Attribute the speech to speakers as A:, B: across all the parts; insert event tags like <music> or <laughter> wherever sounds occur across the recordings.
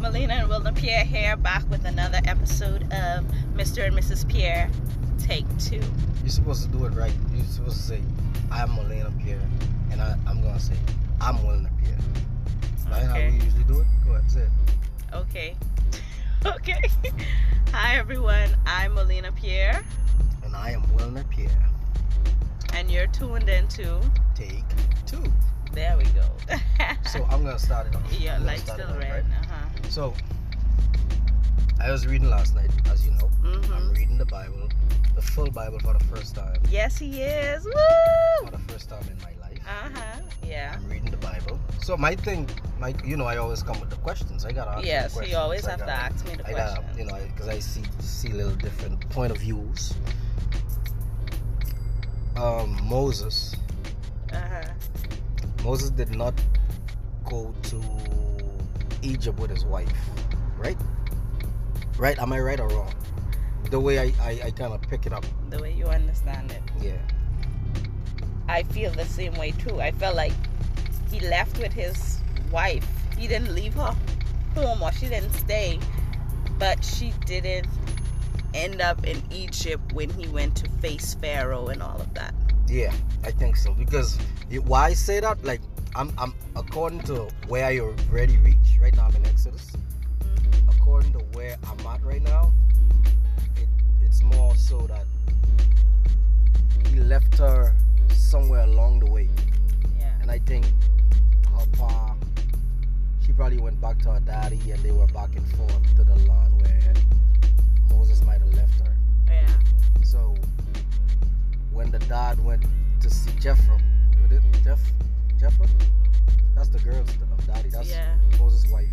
A: Melina and Wilna Pierre here, back with another episode of Mr. and Mrs. Pierre, take two.
B: You're supposed to do it right. You're supposed to say, I'm Elena Pierre, and I, I'm going to say, I'm Elena Pierre. Right how
A: Okay.
B: we usually do it? Go ahead, say it.
A: Okay. <laughs> okay. Hi, everyone. I'm Melina Pierre,
B: And I am Wilner Pierre.
A: and you're tuned in to.
B: Take two.
A: There we go.
B: So I'm going to start it off.
A: <laughs> your
B: I'm gonna
A: light's
B: start it
A: still
B: off,
A: red. Uh huh.
B: right? So I was reading last night, as you know. I'm
A: Mm-hmm.
B: reading the Bible, the full Bible for the first time.
A: Yes, he is. Woo!
B: For the first time in my life.
A: Uh huh. Yeah.
B: I'm reading the Bible. So my thing, my, you know, I always come with the questions. I gotta ask you
A: Yes,
B: questions.
A: you always
B: I
A: have to
B: gotta-
A: ask me the
B: I got you
A: question.
B: know because I see see little different point of views. Um, Moses,
A: Uh huh.
B: Moses did not go to Egypt with his wife, right? Right? Am I right or wrong? The way I I, I kind of pick it up,
A: The way you understand it.
B: yeah.
A: I feel the same way too. I felt like he left with his wife. He didn't leave her home or she didn't stay, but she didn't end up in Egypt when he went to face Pharaoh and all of that.
B: Yeah, I think so because you, why I say that? Like I'm I'm according to where I already reached right now. I'm in Exodus. According to where I'm at right now, it, it's more so that he left her somewhere along the way,
A: Yeah.
B: and I think her pa, she probably went back to her daddy, and they were back and forth to the land where Moses might have left her.
A: Yeah.
B: So when the dad went to see Jethro, was it Jeff, Jethro? That's the girl st- of daddy. That's
A: yeah. <laughs>
B: Moses' wife.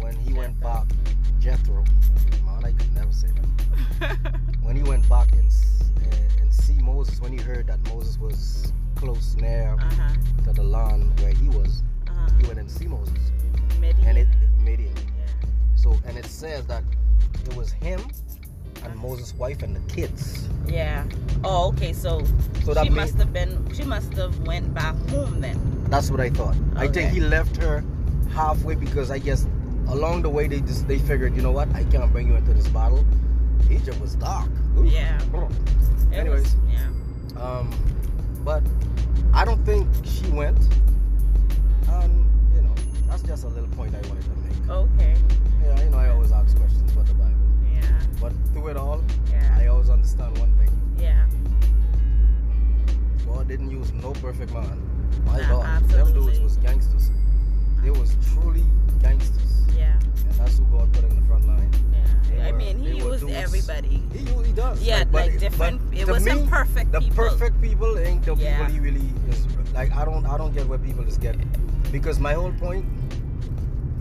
B: When he went
A: Jethro.
B: back, Jethro, man, I could never say that.
A: Uh-huh,
B: When he went back and s- uh, and see Moses, when he heard that Moses was close near
A: uh-huh.
B: to the land where he was,
A: Uh-huh.
B: he went and see Moses,
A: Midian,
B: and it
A: I think.
B: made him.
A: Yeah.
B: So and it says that it was him and Moses' wife and the kids.
A: Yeah. Oh, okay. So,
B: So that
A: she
B: means
A: must have been. She must have went back home then.
B: That's what I thought. I think he
A: Okay.
B: left her halfway because I guess along the way they just they figured, you know what, I can't bring you into this battle. Egypt was dark. Ooh.
A: Yeah. It
B: Anyways.
A: Was, yeah.
B: Um, but I don't think she went. Um, you know, that's just a little point I wanted to make.
A: Okay.
B: Yeah, you know, I always ask questions about the Bible,
A: Yeah.
B: but through it all,
A: Yeah.
B: I always understand one thing:
A: Yeah.
B: God didn't use no perfect man. My
A: Nah,
B: God, them dudes
A: absolutely.
B: was gangsters. They was truly gangsters.
A: Yeah.
B: And that's who God put in the front line. They
A: Yeah, I
B: were-
A: mean, he
B: they were
A: used
B: dudes.
A: everybody.
B: He usually does.
A: Yeah,
B: but
A: like
B: it-
A: different-
B: but
A: it
B: to
A: wasn't
B: me,
A: perfect
B: The
A: people.
B: perfect people ain't the
A: Yeah.
B: people he really is. Like I don't, I don't get what people is getting. Because my whole point,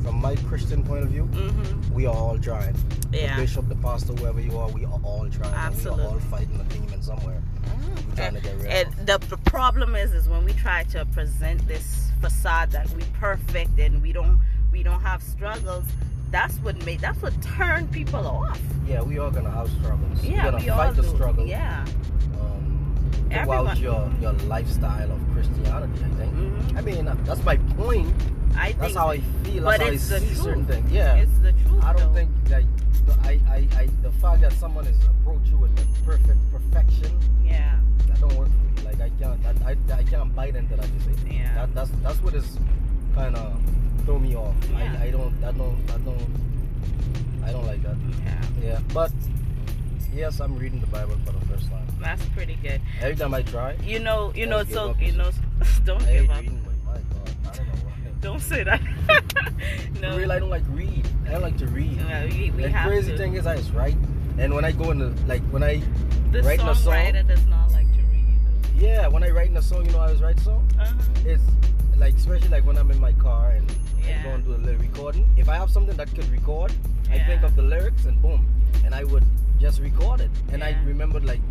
B: from my Christian point of view,
A: Mm-hmm.
B: we are all trying. The
A: Yeah.
B: bishop, the pastor, whoever you are, we are all trying. and We
A: Absolutely.
B: are all fighting a demon somewhere. We're trying to get rid
A: Mm-hmm. And
B: of.
A: the, the problem is, is when we try to present this facade that we perfect and we don't, we don't have struggles. That's what made. That's what turned people off.
B: Yeah, we are gonna have struggles.
A: Yeah,
B: We're gonna
A: we
B: fight
A: all
B: the
A: do.
B: struggle.
A: Yeah.
B: Um, throughout
A: Everyone.
B: your your lifestyle of Christianity, I think.
A: hmm
B: I mean, that's my point.
A: I think
B: That's how I feel.
A: But
B: That's how I
A: it's the
B: see certain
A: truth.
B: things. Yeah.
A: it's the truth.
B: I don't
A: though.
B: think like the, I, I, I the fact that someone is approach you with the perfect perfection
A: Yeah.
B: that don't work for me. Like I can't I, I, I can't bite into that. You see.
A: Yeah.
B: That that's that's what is kind of throw me off.
A: Yeah.
B: I, I don't I don't I don't I don't like that.
A: yeah.
B: Yeah. But yes, I'm reading the Bible for the first time.
A: That's pretty good.
B: Every time I try,
A: You know. You
B: Don't
A: know.
B: give
A: So
B: up.
A: you know.
B: I
A: <laughs> Don't
B: hate
A: give up.
B: reading. My, my God, I don't know why.
A: Don't say that. <laughs> no.
B: For real, I don't like read. I don't like to read.
A: No, we, we
B: the
A: have
B: crazy
A: to.
B: thing is I just write and when I go in the like when I
A: the
B: writing a song-
A: songwriter does not like to read.
B: yeah when I write in a song you know I was write song
A: Uh-huh.
B: it's like especially like when I'm in my car and I
A: Yeah.
B: go and do a little recording if I have something that could record I
A: Yeah.
B: think of the lyrics and boom and I would just record it and I
A: Yeah.
B: remembered like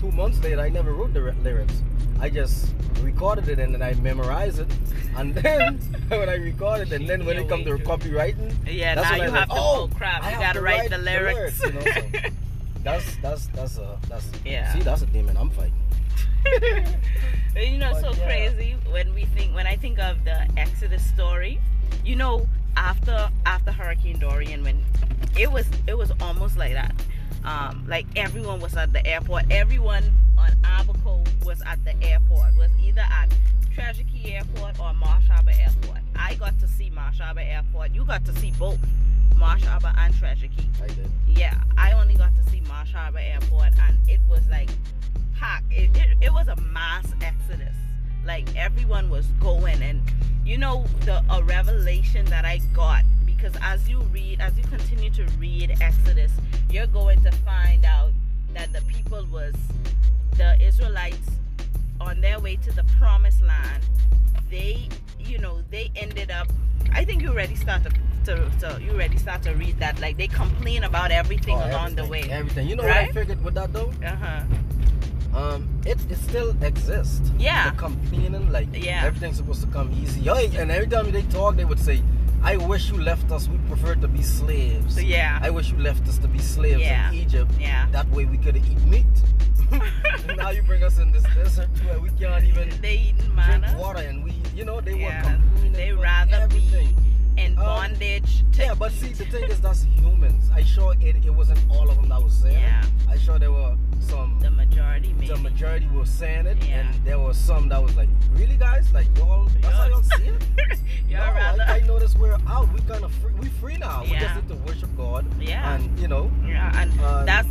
B: two months later I never wrote the re- lyrics I just recorded it and then I memorized it and then <laughs> when I recorded
A: <laughs>
B: and then when it comes to copywriting
A: Yeah,
B: That's
A: now
B: when I
A: you
B: was
A: have
B: like,
A: to.
B: "Oh,
A: Oh, crap!
B: I
A: You
B: have
A: gotta
B: to
A: write,
B: write
A: the
B: the
A: lyrics.
B: lyrics, you know,
A: <laughs>
B: that's that's that's uh that's
A: Yeah.
B: see that's a demon I'm fighting.
A: But <laughs> you know, it's so
B: But yeah.
A: crazy when we think when I think of the Exodus story. You know, after af after Hurricane Dorian when it was it was almost like that. Um, like everyone was at the airport. Everyone on Abaco was at the airport. Was either at Treasure Key Airport or Marsh Harbor Airport. I got to see Marsh Harbor Airport. You got to see both Marsh Harbor and Treasure Key.
B: I did. Oh,
A: Yeah, I only got to see Marsh Harbor Airport, and it was like packed. It, it, it was a mass exodus. Like everyone was going, and you know the a revelation that I got because as you read, as you continue to read Exodus, you're going to find out that the people was the Israelites on their way to the promised land. They, you know, they ended up. I think you already start to, to, to you already start to read that. Like they complain about everything
B: Oh,
A: along the way.
B: everything, Everything. You know what I
A: Right?
B: figured with that though?
A: Uh huh.
B: Um, it, it still exists.
A: Yeah.
B: The complaining, like
A: Yeah.
B: everything's supposed to come easy. Yo, and every time they talk, they would say, "I wish you left us. We preferred to be slaves.
A: So yeah.
B: I wish you left us to be slaves
A: Yeah.
B: in Egypt.
A: Yeah.
B: That way we could eat meat. <laughs>
A: <laughs>
B: now you bring us in this desert where we can't even
A: They eating
B: drink
A: manna
B: water, and we, you know, they
A: Yeah.
B: were complaining.
A: They
B: about
A: rather be
B: everything.
A: and
B: Um,
A: bondage. To
B: Yeah, but
A: eat.
B: see, the thing is, that's humans. I sure it, it wasn't all of them that was saying. it.
A: Yeah.
B: I sure there were some.
A: the majority maybe.
B: The majority were saying it,
A: Yeah.
B: and there were some that was like, "Really, guys? Like y'all? That's how
A: <laughs>
B: y'all see it?
A: <laughs> Y'all
B: no,
A: rather.
B: I, I noticed we're out. We kind of free. We free now. We just
A: Yeah.
B: need to worship God,
A: yeah.
B: and you know,
A: yeah. And
B: uh,
A: that's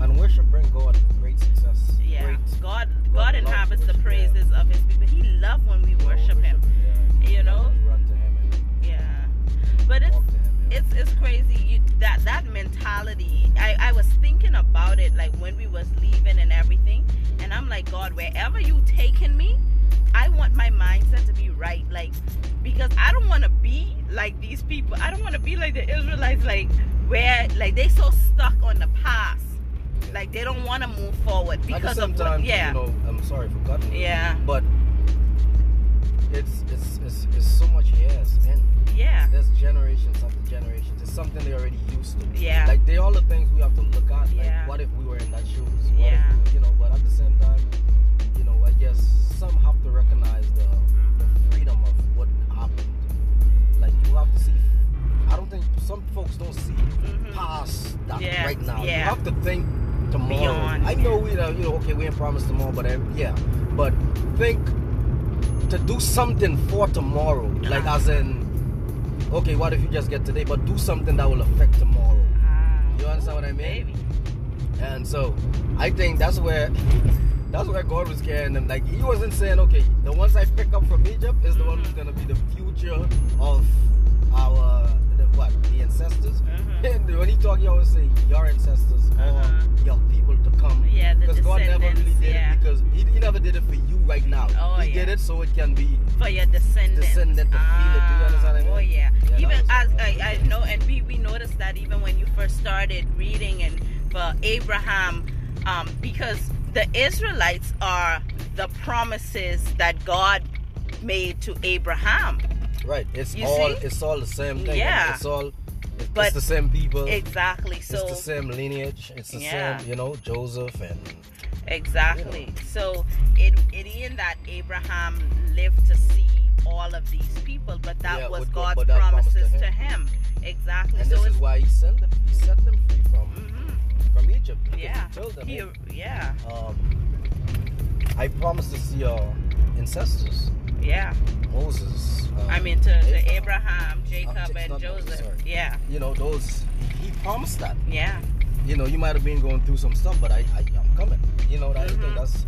B: and worship bring God great success.
A: Yeah,
B: Great.
A: God,
B: God
A: God,
B: loves
A: inhabits the
B: worship, yeah.
A: praises of His people. He loves when we
B: You know,
A: worship Him.
B: yeah.
A: you know?
B: We run to Him and
A: Yeah, but it's
B: walk to Him. yeah.
A: it's it's crazy. You that that mentality. I I was thinking about it like when we was leaving and everything, and I'm like, God, wherever you taking me, I want my mindset to be right. Like because I don't want to be like these people. I don't want to be like the Israelites. Like where like they so stuck on the past. Like they don't want to move forward
B: At the
A: because
B: same
A: of
B: time,
A: what, yeah
B: you know, I'm sorry for cutting. you,
A: yeah.
B: But it's it's it's, it's so much yes and.
A: Yeah,
B: There's generations after generations. It's something they already used to.
A: Yeah.
B: Like they all the things we have to look at. Like
A: Yeah.
B: what if we were in that shoes? What
A: Yeah.
B: if we, you know, but at the same time, you know, I guess some have to recognize the, the freedom of what happened. Like you have to see I don't think some folks don't see
A: Mhm.
B: past that
A: Yeah,
B: right now. You
A: yeah.
B: have to think tomorrow.
A: Beyond,
B: I know we know, you know, okay, we ain't promised tomorrow, but every, yeah. But think to do something for tomorrow. Like
A: Uh-huh.
B: as in, okay, what if you just get today, but do something that will affect tomorrow.
A: Wow.
B: You understand what I
A: Ooh,
B: mean?
A: baby.
B: And so I think that's where <laughs> that's where God was carrying them. Like he wasn't saying, okay, the ones I pick up from Egypt is the one who's
A: Mhm.
B: gonna be the future of our the, what the ancestors.
A: Mhm.
B: <laughs> And when he talk, he always say your ancestors
A: Uh-huh.
B: or your people to come.
A: Yeah, the
B: Because God never really
A: descendants,
B: did
A: yeah.
B: it because he, he never did it for you right now.
A: Oh,
B: he did
A: yeah.
B: it so it can be
A: For your descendants.
B: Descendant to feel it. Do you understand what I
A: Ah, Oh
B: mean?
A: yeah.
B: Yeah, that
A: even
B: was-
A: as I, I know, and we we noticed that even when you first started reading and for Abraham, um, because the Israelites are the promises that God made to Abraham.
B: right. It's
A: You
B: all
A: see?
B: it's all the same thing.
A: Yeah.
B: It's all it's,
A: But
B: the same people.
A: Exactly. So
B: it's the same lineage. It's the
A: Yeah.
B: same, you know, Joseph and
A: Exactly. So it it ain't that Abraham lived to see all of these people, but that
B: Yeah,
A: was
B: with God-
A: God's
B: but that promise to
A: promises
B: him.
A: to him. Exactly.
B: and
A: so
B: this
A: it's
B: is why he sent them. He set them free from
A: mhm,
B: from Egypt. because
A: yeah.
B: He told them.
A: He- yeah.
B: um, I promised to see your ancestors,
A: Yeah.
B: Moses. Um,
A: I mean to, to
B: Abraham.
A: Abraham,
B: it's
A: Jacob and
B: not Moses,
A: Joseph.
B: sorry.
A: Yeah.
B: You know those. He promised that.
A: Yeah.
B: You know, you might have been going through some stuff, but I, I I'm coming. You know that.
A: Mhm.
B: That's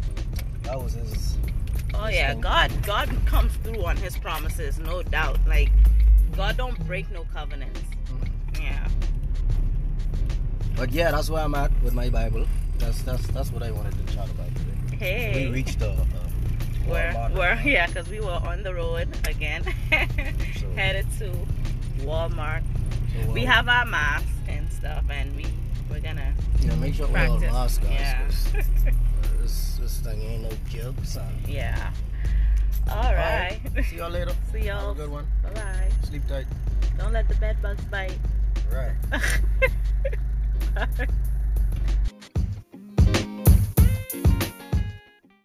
B: that was his.
A: Oh
B: It's
A: yeah.
B: not-
A: God God comes through on his promises, no doubt. Like God don't break no covenants. Yeah.
B: But yeah, that's where I'm at with my Bible. That's that's that's what I wanted to chat about today.
A: Hey.
B: We reached the. Uh,
A: We're,
B: Walmart.
A: we're <laughs> yeah, because we were on the road again, <laughs>
B: So-
A: headed to Walmart.
B: So,
A: We
B: um,
A: have our masks and stuff, and we we're gonna
B: Yeah, make sure we're all
A: practice.
B: masked, guys.
A: yeah,
B: 'cause This, this thing ain't no joke, son.
A: <laughs> yeah. All right.
B: See y'all later.
A: <laughs> See
B: Have a
A: y'all.
B: good one.
A: Bye bye.
B: Sleep tight.
A: <laughs> Don't let the bed bugs bite.
B: Right.
A: Bye.